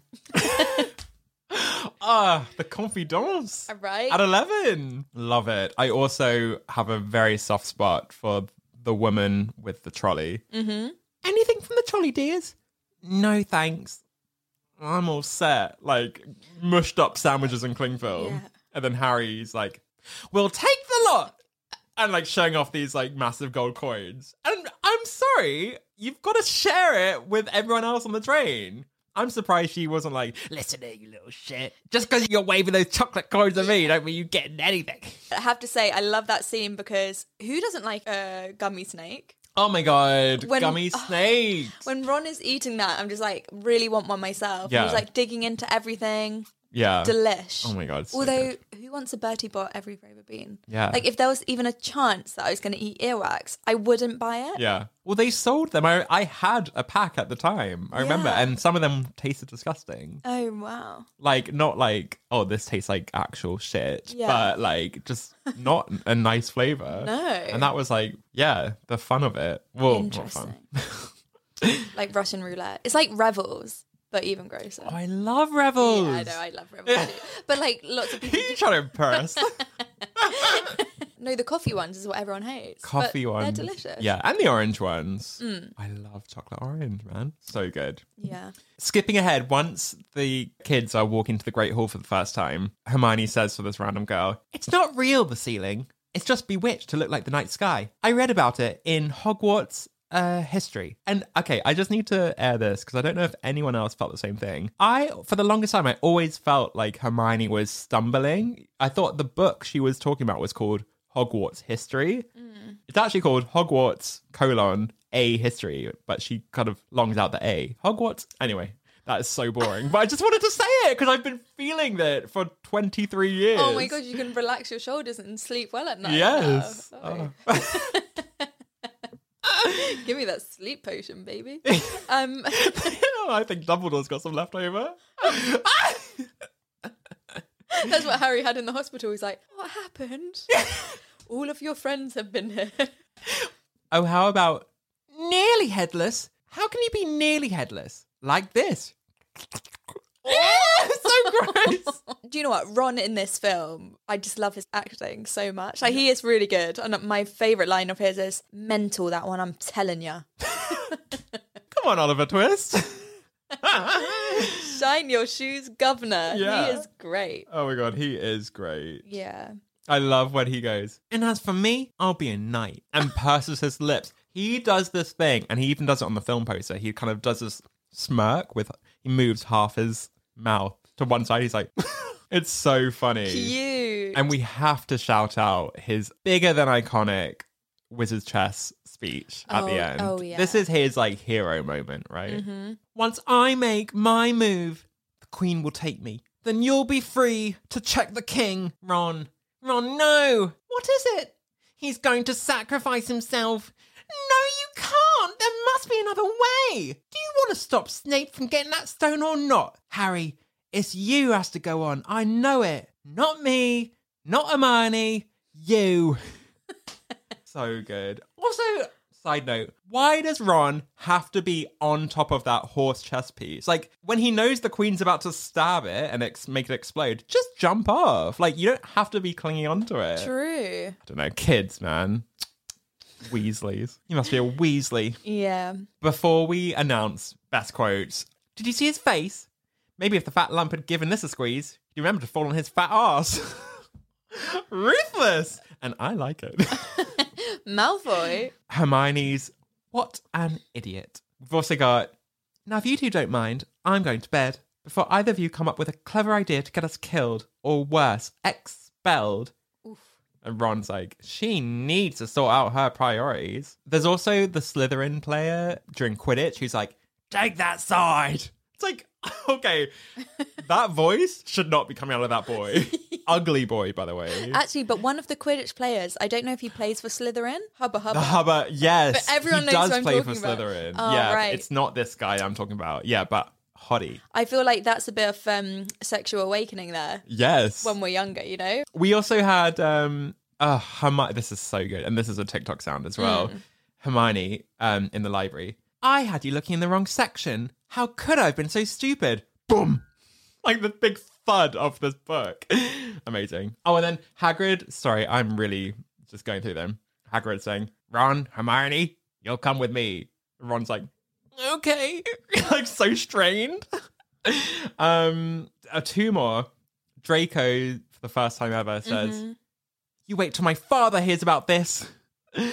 Speaker 4: Ah, the confidence.
Speaker 3: Right.
Speaker 4: At 11. Love it. I also have a very soft spot for the woman with the trolley. Mm-hmm. Anything from the trolley, dears? No, thanks. I'm all set. Like, mushed up sandwiches and cling film.
Speaker 3: Yeah.
Speaker 4: And then Harry's like, we'll take the lot. And like showing off these like massive gold coins. And I'm sorry, you've got to share it with everyone else on the train. I'm surprised she wasn't like, listen here, you little shit. Just because you're waving those chocolate coins at me, don't mean you getting anything.
Speaker 3: I have to say, I love that scene because who doesn't like a gummy snake?
Speaker 4: Oh my god,
Speaker 3: When- uh,
Speaker 4: gummy snakes.
Speaker 3: When Ron is eating that, I'm just like, really want one myself.
Speaker 4: Yeah.
Speaker 3: He's like digging into everything.
Speaker 4: yeah.
Speaker 3: Delish.
Speaker 4: Oh my God, it's so
Speaker 3: Although,
Speaker 4: good.
Speaker 3: who wants a Bertie Bot every flavour bean?
Speaker 4: Yeah.
Speaker 3: Like, if there was even a chance that I was going to eat earwax, I wouldn't buy it.
Speaker 4: yeah. Well, they sold them. I, I had a pack at the time. I remember,
Speaker 3: Yeah.
Speaker 4: and some of them tasted disgusting.
Speaker 3: Oh, wow.
Speaker 4: like not like oh this tastes like actual shit
Speaker 3: Yeah.
Speaker 4: but like just not a nice flavor
Speaker 3: [LAUGHS] No.
Speaker 4: and that was like yeah the fun of it well not fun [LAUGHS]
Speaker 3: Interesting. like Russian roulette. It's like revels. but even grosser.
Speaker 4: Oh, I love Rebels.
Speaker 3: Yeah, I know, I love Rebels too. But like lots of people
Speaker 4: [LAUGHS] Who you trying
Speaker 3: [LAUGHS]
Speaker 4: to impress?
Speaker 3: No, the coffee ones is what everyone hates. but
Speaker 4: Coffee ones.
Speaker 3: They're delicious. Mm.
Speaker 4: Yeah, and the orange ones. I love chocolate orange, man. So good.
Speaker 3: Yeah.
Speaker 4: Skipping ahead, once the kids are walking to the Great Hall for the first time, Hermione says to this random girl, It's not real, the ceiling. It's just bewitched to look like the night sky. I read about it in Hogwarts uh, history. And okay, I just need to air this because I don't know if anyone else felt the same thing. I, for the longest time, I always felt like Hermione was stumbling. I thought the book she was talking about was called Hogwarts History. It's actually called Hogwarts colon A history, but she kind of longs out the A. Hogwarts. Anyway, that is so boring. but I just wanted to say it because I've been feeling that for 23 years.
Speaker 3: Oh my god, you can relax your shoulders and sleep well at night.
Speaker 4: Yes. Oh.
Speaker 3: now. Sorry. Give me that sleep potion,
Speaker 4: [LAUGHS]
Speaker 3: baby. Um,
Speaker 4: [LAUGHS]
Speaker 3: [LAUGHS]
Speaker 4: I think Dumbledore's got some left over.
Speaker 3: that's what Harry had in the hospital. He's like, "What
Speaker 4: [LAUGHS]
Speaker 3: happened? All of your friends have been here." [LAUGHS]
Speaker 4: Oh, how about nearly headless? How can you be nearly headless? Like this. [LAUGHS]
Speaker 3: [LAUGHS]
Speaker 4: Oh, so gross.
Speaker 3: Do you know what Ron in this film? I just love his acting so much. Like he is really good, and my favorite line of his is "mental." That one, I'm telling
Speaker 4: [LAUGHS]
Speaker 3: you.
Speaker 4: Come on, Oliver Twist. [LAUGHS]
Speaker 3: Shine your shoes, Governor.
Speaker 4: Yeah.
Speaker 3: He is great.
Speaker 4: oh my god, he is great.
Speaker 3: Yeah.
Speaker 4: I love when he goes, and as for me, I'll be a knight, and purses his lips. He does this thing, and he even does it on the film poster. He kind of does this smirk with, he moves half his mouth to one side. He's like, [LAUGHS] it's so funny.
Speaker 3: Cute.
Speaker 4: And we have to shout out his bigger than iconic Wizard's Chess speech at
Speaker 3: Oh,
Speaker 4: the end.
Speaker 3: oh, yeah. Mm-hmm.
Speaker 4: This is his like hero moment, right? Once I make my move, the queen will take me. Then you'll be free to check the king, Ron. Ron, no! What is it? He's going to sacrifice himself. No, you can't! There must be another way! Do you want to stop Snape from getting that stone or not? Harry, it's you has to go on. I know it. Not me, not Hermione, you. so good. Also, side note, why does Ron have to be on top of that horse chess piece? Like, when he knows the queen's about to stab it and ex- make it explode, just jump off. Like, you don't have to be clinging onto it.
Speaker 3: True.
Speaker 4: I don't know, kids, man. Weasleys. You must be a Weasley.
Speaker 3: Yeah.
Speaker 4: Before we announce best quotes, did you see his face? Maybe if the fat lump had given this a squeeze, you remember to fall on his fat ass. [LAUGHS] Ruthless! And I like it. [LAUGHS]
Speaker 3: Malfoy.
Speaker 4: Hermione's What an Idiot. We've also got Now, if you two don't mind, I'm going to bed before either of you come up with a clever idea to get us killed or worse, expelled. And Ron's like, she needs to sort out her priorities. There's also the Slytherin player during Quidditch who's like, take that side. It's like, [LAUGHS] okay, that voice should not be coming out of that boy. Ugly boy, by the way.
Speaker 3: Actually, but one of the Quidditch players, I don't know if he plays for Slytherin, Hubba
Speaker 4: [LAUGHS]
Speaker 3: Hubba.
Speaker 4: The Hubba, yes.
Speaker 3: But everyone
Speaker 4: he
Speaker 3: knows
Speaker 4: does
Speaker 3: who I'm
Speaker 4: play
Speaker 3: talking
Speaker 4: for
Speaker 3: about.
Speaker 4: Slytherin.
Speaker 3: Oh,
Speaker 4: yeah,
Speaker 3: right.
Speaker 4: it's not this guy I'm talking about. Yeah, but hottie.
Speaker 3: I feel like that's a bit of um, sexual awakening there
Speaker 4: Yes.
Speaker 3: when we're younger, you know?
Speaker 4: we also had um uh Hermione. This is so good, and this is a TikTok sound as
Speaker 3: Hmm.
Speaker 4: well. Hermione um in the library. I had you looking in the wrong section. How could I have been so stupid? Boom! Like the big thud of this book. [LAUGHS] Amazing. Oh, and then Hagrid. Sorry, I'm really just going through them. Hagrid saying, "Ron, Hermione, you'll come with me." Ron's like, "Okay," [LAUGHS] like so strained. [LAUGHS] um, uh, two more. Draco, for the first time ever, says, You wait till my father hears about this.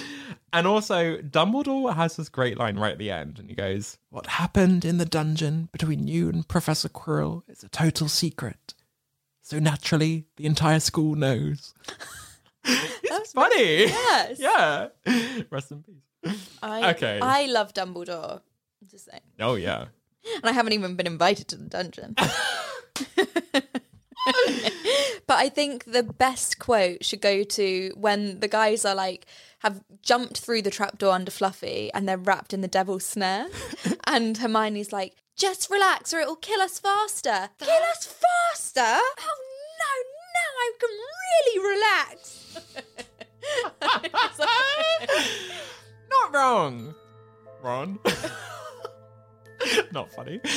Speaker 4: [LAUGHS] and also, Dumbledore has this great line right at the end, and he goes, What happened in the dungeon between you and Professor Quirrell is a total secret. So naturally, the entire school knows. [LAUGHS] it's funny.
Speaker 3: Yes.
Speaker 4: [LAUGHS] yeah. Rest in peace.
Speaker 3: I,
Speaker 4: Okay.
Speaker 3: I love Dumbledore. Just saying.
Speaker 4: Oh, yeah.
Speaker 3: And I haven't even been invited to the dungeon. [LAUGHS] but I think the best quote should go to when the guys are like, have jumped through the trapdoor under Fluffy and they're wrapped in the devil's [LAUGHS] snare. and Hermione's like, just relax or it'll kill us faster. Kill us faster? Oh no, now I can really relax.
Speaker 4: [LAUGHS] Not wrong. Ron. [LAUGHS] Not funny. [LAUGHS]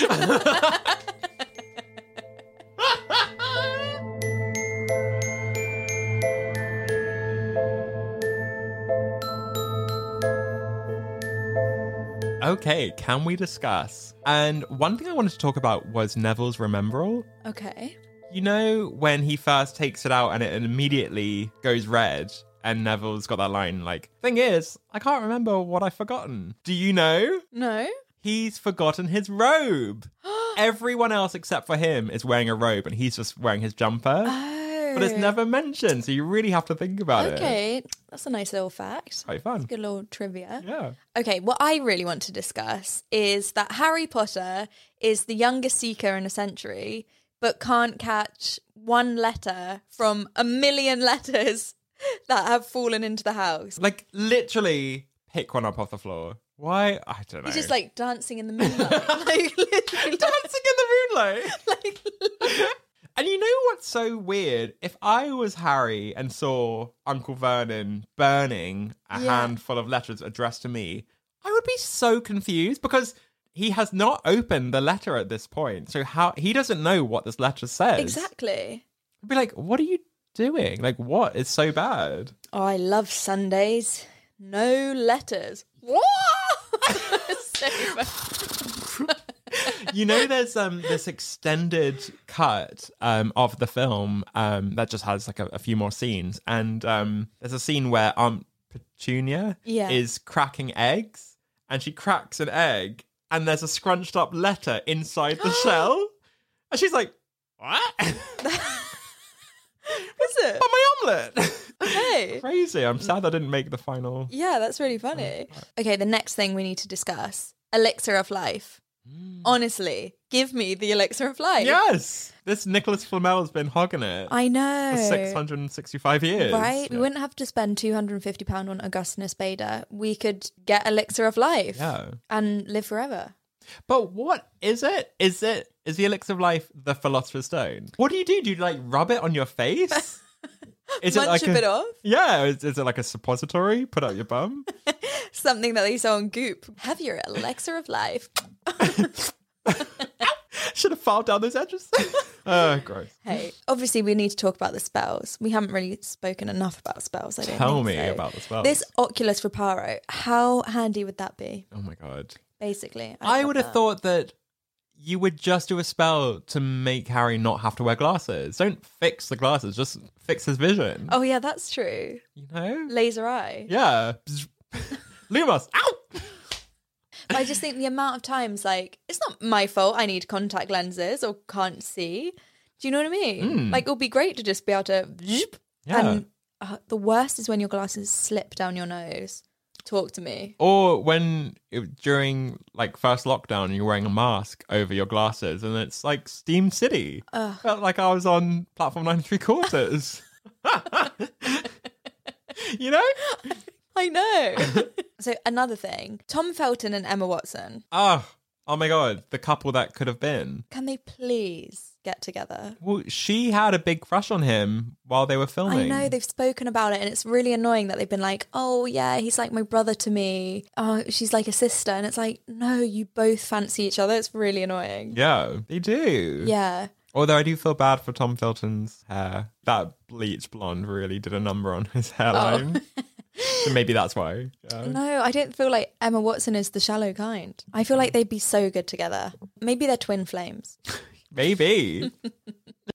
Speaker 4: okay, can we discuss? And one thing I wanted to talk about was Neville's Rememberal.
Speaker 3: Okay.
Speaker 4: You know when he first takes it out and it immediately goes red, and Neville's got that line like, "Thing is, I can't remember what I've forgotten." Do you know?
Speaker 3: No.
Speaker 4: He's forgotten his robe.
Speaker 3: [GASPS]
Speaker 4: Everyone else except for him is wearing a robe, and he's just wearing his jumper. But it's never mentioned, so you really have to think about it.
Speaker 3: Oh. Okay. That's a nice little fact.
Speaker 4: Quite fun.
Speaker 3: Good little trivia.
Speaker 4: Yeah.
Speaker 3: Okay, what I really want to discuss is that Harry Potter is the youngest seeker in a century, but can't catch one letter from a million [LAUGHS] letters that have fallen into the house.
Speaker 4: Like literally, pick one up off the floor. Why? I don't know.
Speaker 3: He's just like dancing in the moonlight. [LAUGHS] like, literally,
Speaker 4: [LAUGHS] dancing in the moonlight.
Speaker 3: [LAUGHS] like,
Speaker 4: And you know what's so weird? If I was Harry and saw Uncle Vernon burning a
Speaker 3: Yeah.
Speaker 4: handful of letters addressed to me, I would be so confused because he has not opened the letter at this point. So how he doesn't know what this letter says.
Speaker 3: exactly.
Speaker 4: I'd be like, what are you doing? Like what is so bad?
Speaker 3: Oh, I love Sundays. No letters. What? [LAUGHS] so funny.
Speaker 4: you know there's um this extended cut um of the film um that just has like a, a few more scenes and um there's a scene where aunt petunia
Speaker 3: Yeah.
Speaker 4: is cracking eggs and she cracks an egg and there's a scrunched up letter inside
Speaker 3: [GASPS]
Speaker 4: the shell and she's like what
Speaker 3: [LAUGHS]
Speaker 4: [LAUGHS]
Speaker 3: Is it?
Speaker 4: but my omelet
Speaker 3: [LAUGHS] Hey.
Speaker 4: crazy i'm sad i didn't make the final
Speaker 3: Yeah, that's really funny. Okay, the next thing we need to discuss elixir of life.
Speaker 4: Mm.
Speaker 3: Honestly, give me the elixir of life.
Speaker 4: yes this nicholas flamel has been hogging it
Speaker 3: I
Speaker 4: for
Speaker 3: know.
Speaker 4: 665 years
Speaker 3: Right? We
Speaker 4: Yeah.
Speaker 3: wouldn't have to spend £250 on Augustinus Bader. We could get elixir of life
Speaker 4: Yeah.
Speaker 3: and live forever.
Speaker 4: But what is it? Is it is the elixir of life the philosopher's stone? What do you do? Do you like rub it on your
Speaker 3: [LAUGHS]
Speaker 4: face? Is
Speaker 3: Munch a bit off?
Speaker 4: Yeah, is, is it like a suppository? Put out your bum. [LAUGHS]
Speaker 3: Something that they saw on Goop. Have your elixir of life.
Speaker 4: Should have filed down those edges. [LAUGHS] oh, gross.
Speaker 3: Hey, obviously, we need to talk about the spells. We haven't really spoken enough about spells. I don't
Speaker 4: Tell
Speaker 3: think
Speaker 4: me
Speaker 3: so.
Speaker 4: about the spells.
Speaker 3: This Oculus Reparo, how handy would that be?
Speaker 4: Oh my god.
Speaker 3: Basically, I'd
Speaker 4: I
Speaker 3: love
Speaker 4: would have
Speaker 3: that.
Speaker 4: thought that you would just do a spell to make Harry not have to wear glasses. Don't fix the glasses, just fix his vision.
Speaker 3: Oh yeah, that's true.
Speaker 4: You know?
Speaker 3: Laser eye.
Speaker 4: Yeah. [LAUGHS] Lumos. Ow!
Speaker 3: But I just think the amount of times, like, it's not my fault. I need contact lenses or can't see. Do you know what I mean? Like, it would be great to just be able to. zhup,
Speaker 4: Hmm. Yeah.
Speaker 3: And uh, the worst is when your glasses slip down your nose. Talk to
Speaker 4: [LAUGHS]
Speaker 3: me.
Speaker 4: or when it- during like first lockdown you're wearing a mask over your glasses and it's like steam city felt like i was on platform nine and
Speaker 3: [LAUGHS]
Speaker 4: three quarters [LAUGHS] you know
Speaker 3: I know. [LAUGHS] so another thing, Tom Felton and Emma Watson.
Speaker 4: oh oh my god the couple that could have been
Speaker 3: Can they please get together?
Speaker 4: well she had a big crush on him while they were filming
Speaker 3: I know they've spoken about it, and it's really annoying that they've been like, "Oh yeah, he's like my brother to me. Oh, she's like a sister," and it's like, no, you both fancy each other. It's really annoying.
Speaker 4: yeah they do
Speaker 3: Yeah.
Speaker 4: although i do feel bad for tom felton's hair that bleach blonde really did a number on
Speaker 3: Oh.
Speaker 4: his
Speaker 3: [LAUGHS]
Speaker 4: hairline so maybe that's why yeah.
Speaker 3: No, I don't feel like Emma Watson is the shallow kind. I feel like they'd be so good together. Maybe they're twin flames. [LAUGHS]
Speaker 4: Maybe.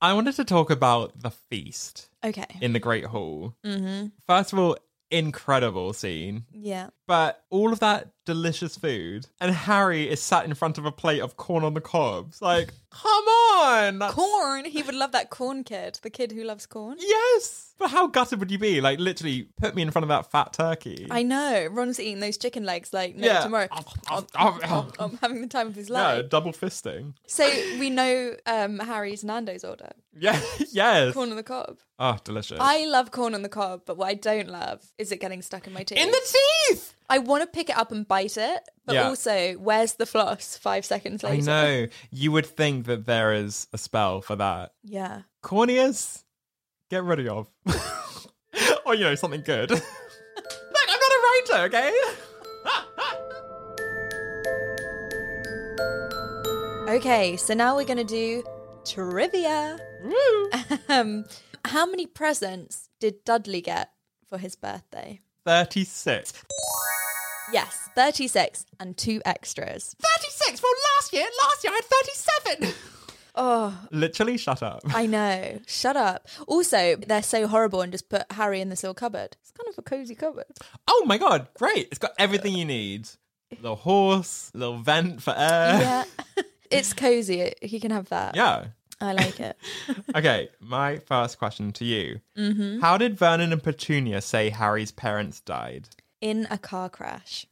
Speaker 4: I wanted to talk about the feast
Speaker 3: Okay.
Speaker 4: in the Great Hall. Mm-hmm. First of all, incredible scene,
Speaker 3: Yeah.
Speaker 4: but all of that delicious food, and Harry is sat in front of a plate of corn on the cobs. Like, come on! that's-
Speaker 3: Corn. He would love that corn kid, the kid who loves corn.
Speaker 4: Yes! But how gutted would you be? Like, literally, put me in front of that fat turkey.
Speaker 3: I know. Ron's eating those chicken legs like no
Speaker 4: Yeah.
Speaker 3: tomorrow. Um,
Speaker 4: Om, om, om, om.
Speaker 3: I'm having the time of his
Speaker 4: Yeah,
Speaker 3: life.
Speaker 4: double fisting.
Speaker 3: So we know um, Harry's Nando's order.
Speaker 4: Yeah, [LAUGHS] yes.
Speaker 3: Corn on the cob.
Speaker 4: Oh, delicious.
Speaker 3: I love corn on the cob, but what I don't love is it getting stuck in my teeth.
Speaker 4: in the teeth!
Speaker 3: I want to pick it up and bite it, but
Speaker 4: Yeah.
Speaker 3: also, where's the floss five seconds later?
Speaker 4: I know. You would think that there is a spell for that.
Speaker 3: Yeah.
Speaker 4: Corneas, get rid [LAUGHS] of. or, you know, something good. [LAUGHS] Look, [LAUGHS] I'm not a writer, okay?
Speaker 3: Okay, so now we're going to do trivia. um, how many presents did Dudley get for his birthday?
Speaker 4: 36.
Speaker 3: Yes, 36 and two extras.
Speaker 4: 36? Well, last year, last year I had 37.
Speaker 3: [LAUGHS] Oh,
Speaker 4: Literally, shut up.
Speaker 3: I know. Shut up. Also, they're so horrible and just put Harry in this little cupboard. It's kind of a cozy cupboard.
Speaker 4: Oh my god, great. It's got everything you need. Little horse, little vent for air.
Speaker 3: yeah. [LAUGHS] it's cozy. He can have that.
Speaker 4: Yeah.
Speaker 3: I like
Speaker 4: [LAUGHS]
Speaker 3: it.
Speaker 4: Okay, my first question to you.
Speaker 3: Mm-hmm.
Speaker 4: How did Vernon and Petunia say Harry's parents died?
Speaker 3: In a car crash.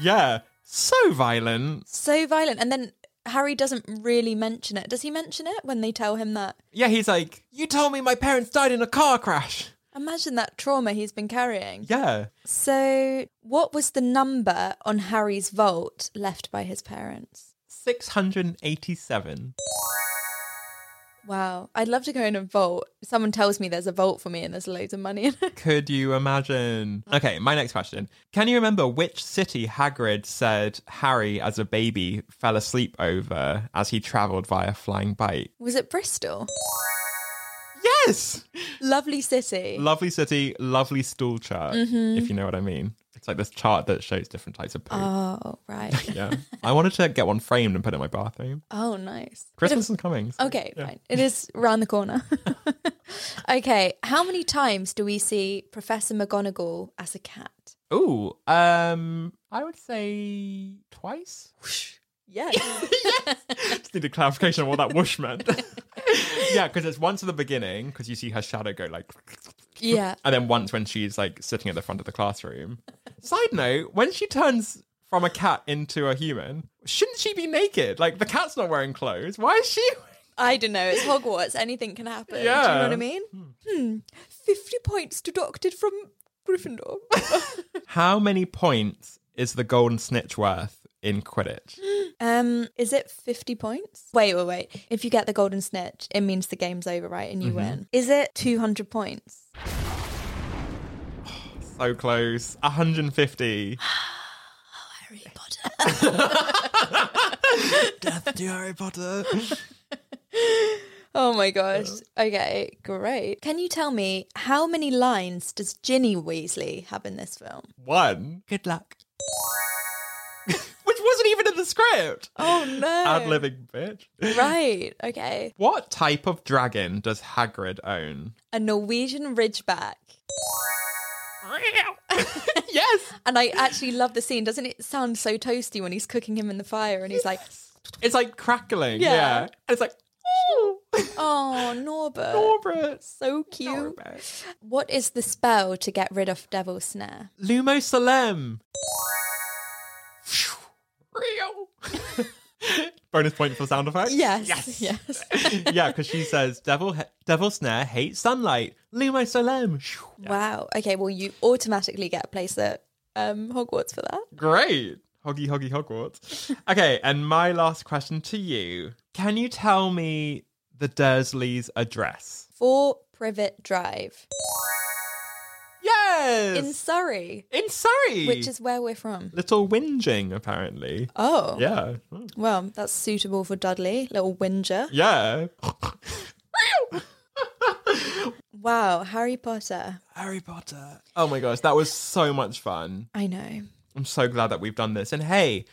Speaker 4: Yeah, so violent.
Speaker 3: So violent. And then Harry doesn't really mention it. Does he mention it when they tell him that?
Speaker 4: Yeah, he's like, You told me my parents died in a car crash.
Speaker 3: Imagine that trauma he's been carrying.
Speaker 4: Yeah.
Speaker 3: So, what was the number on Harry's vault left by his parents?
Speaker 4: 687.
Speaker 3: Wow. I'd love to go in a vault. Someone tells me there's a vault for me and there's loads of money in it. [LAUGHS]
Speaker 4: Could you imagine? Okay, my next question. Can you remember which city Hagrid said Harry as a baby fell asleep over as he travelled via flying bike?
Speaker 3: Was it Bristol?
Speaker 4: Yes!
Speaker 3: Lovely city.
Speaker 4: Lovely city, lovely stool chart, if you know what I mean. It's like this chart that shows different types of poo.
Speaker 3: oh, right.
Speaker 4: [LAUGHS] yeah. I wanted to get one framed and put it in my bathroom.
Speaker 3: Oh, nice.
Speaker 4: Christmas is coming. so-
Speaker 3: Okay,
Speaker 4: yeah.
Speaker 3: fine. It is round the corner. [LAUGHS] okay, how many times do we see Professor McGonagall as a cat?
Speaker 4: Ooh, um, I would say [LAUGHS] twice.
Speaker 3: Yes.
Speaker 4: Just need a clarification on what that whoosh meant. [LAUGHS] yeah, because it's once at the beginning, because you see her shadow go like, [LAUGHS]
Speaker 3: yeah.
Speaker 4: and then once when she's like sitting at the front of the classroom. Side note, when she turns from a cat into a human, shouldn't she be naked? Like, the cat's not wearing clothes. Why is she?
Speaker 3: [LAUGHS]
Speaker 4: [LAUGHS]
Speaker 3: I don't know. It's Hogwarts. Anything can happen. Do you know
Speaker 4: Yeah.
Speaker 3: what I mean? Hmm. 50 points deducted from Gryffindor.
Speaker 4: How many points is the golden snitch worth in Quidditch?
Speaker 3: um, [LAUGHS] is it 50 points? Wait, wait, wait. If you get the golden snitch, it means the game's over, right?
Speaker 4: Mm-hmm.
Speaker 3: And you win. Is it 200 points?
Speaker 4: So close. 150. [LAUGHS]
Speaker 3: Harry Potter.
Speaker 4: Death to Harry Potter.
Speaker 3: Oh my gosh. Okay, great. Can you tell me how many lines does Ginny Weasley have in this
Speaker 4: [LAUGHS]
Speaker 3: film?
Speaker 4: One. Good luck. Which wasn't even in the script.
Speaker 3: Oh no.
Speaker 4: Ad living bitch.
Speaker 3: Right. Okay.
Speaker 4: What type of dragon does Hagrid own?
Speaker 3: A Norwegian Ridgeback.
Speaker 4: [LAUGHS] yes.
Speaker 3: And I actually love the scene. Doesn't it sound so toasty when he's cooking him in the fire and he's like,
Speaker 4: It's like crackling.
Speaker 3: Yeah.
Speaker 4: Yeah. And it's like, oh, [LAUGHS]
Speaker 3: "Oh, Norbert."
Speaker 4: Norbert.
Speaker 3: So cute. What is the spell to get rid of Devil's Snare?
Speaker 4: Lumo Salem. [LAUGHS] Real. [LAUGHS] Bonus point for sound effects.
Speaker 3: Yes. [LAUGHS] Yes.
Speaker 4: [LAUGHS] yeah, because she says devil he- devil snare hates sunlight. Lumo Salem. [LAUGHS] Shoo.
Speaker 3: Wow. Okay, well you automatically get a place at um Hogwarts for that.
Speaker 4: Great. Hoggy hoggy
Speaker 3: [LAUGHS]
Speaker 4: Hogwarts. Okay, and my last question to you. Can you tell me the Dursleys' address?
Speaker 3: For Privet Drive
Speaker 4: Yes.
Speaker 3: in Surrey,
Speaker 4: In Surrey.
Speaker 3: which is where we're from.
Speaker 4: little whinging apparently.
Speaker 3: Oh.
Speaker 4: Yeah.
Speaker 3: Well, that's suitable for Dudley, little whinger. [LAUGHS]
Speaker 4: Yeah.
Speaker 3: Wow, Harry Potter.
Speaker 4: Harry Potter. Oh my gosh, that was so much fun.
Speaker 3: I know.
Speaker 4: I'm so glad that we've done this. And hey,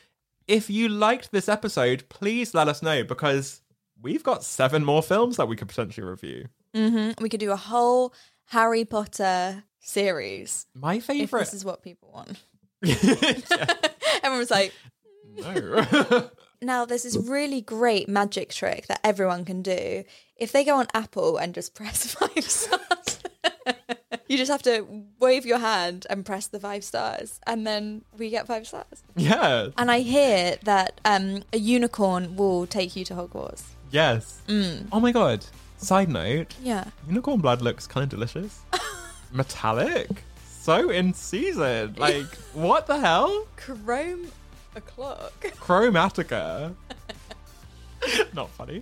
Speaker 4: if you liked this episode, please let us know because we've got seven more films that we could potentially review.
Speaker 3: We could do a whole Harry Potter series
Speaker 4: My
Speaker 3: if
Speaker 4: favorite.
Speaker 3: this [LAUGHS] is what people
Speaker 4: [LAUGHS]
Speaker 3: want. [LAUGHS] Everyone's like, [LAUGHS]
Speaker 4: no.
Speaker 3: now there's this really great magic trick that everyone can do. If they go on Apple and just [LAUGHS] press five stars, you just have to wave your hand and press the five stars, and then we get five stars.
Speaker 4: yeah.
Speaker 3: And I hear that um, a unicorn will take you to Hogwarts.
Speaker 4: Yes.
Speaker 3: Mm.
Speaker 4: Oh my god. Side note.
Speaker 3: Yeah.
Speaker 4: Unicorn blood looks kind
Speaker 3: [LAUGHS]
Speaker 4: of delicious. Metallic. So in season. Like, what the hell?
Speaker 3: Chrome o'clock. [LAUGHS]
Speaker 4: Chromatica. Not funny.